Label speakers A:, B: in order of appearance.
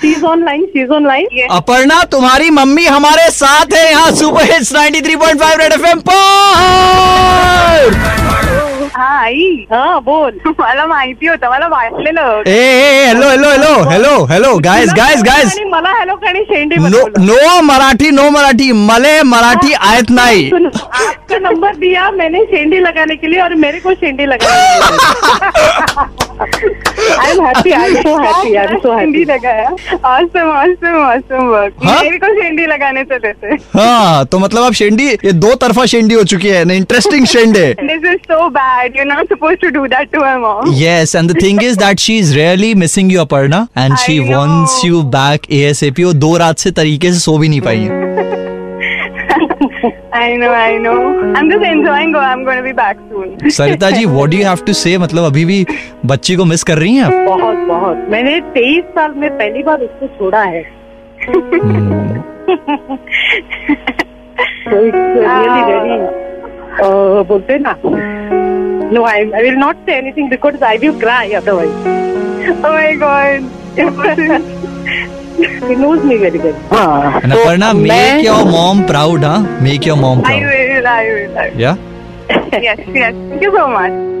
A: शीज online she's online
B: Aparna तुम्हारी mummy हमारे साथ है यहाँ सुपर हिट्स 93.5 रेड एफएम पर
A: हा आई हा बोल Ah, मला माहिती होतं मला वाटलेलं
B: ए hello hello hello hello hello guys guys guys
A: आणि मला हॅलो आणि शेंडी
B: no no Marathi no Marathi मले मराठी आयत नाही
A: सुनो आपका नंबर दिया मैंने शेंडी लगाने के लिए और मेरे को शेंडी लगाने I am happy I am so happy I am so happy लगाया ऑसम ऑसम ऑसम वर्क
B: हाँ?
A: मेरे को शेंडी लगाने से देते
B: हाँ तो मतलब आप शेंडी ये दो तरफा शेंडी हो चुकी है इंटरेस्टिंग शेंडे
A: This is so bad. You're not supposed to do that to my mom.
B: Yes, and the thing is that she is really missing you, Aparna, and she
A: I know.
B: wants you back ASAP. वो दो रात से तरीके से सो भी नहीं पाई है
A: I know, I know. I'm just enjoying. Go. I'm going to be back soon.
B: Sarita ji what do you have to say मतलब अभी भी बच्ची को मिस कर रही हैं आप
C: बहुत बहुत मैंने तेईस साल में पहली बार उसको छोड़ा है तो Hmm. So it's really very, uh, बोलते हैं ना no I I will not say anything because I will cry otherwise
A: Oh my god. Emotions.
C: He knows me very well हाँ
B: And
C: तो
B: Aparna,
C: मैं-
B: make your mom proud, huh? Make your mom
A: I
B: proud.
A: will. I will. I will.
B: Yeah.
A: Yes. Yes. Thank you so much.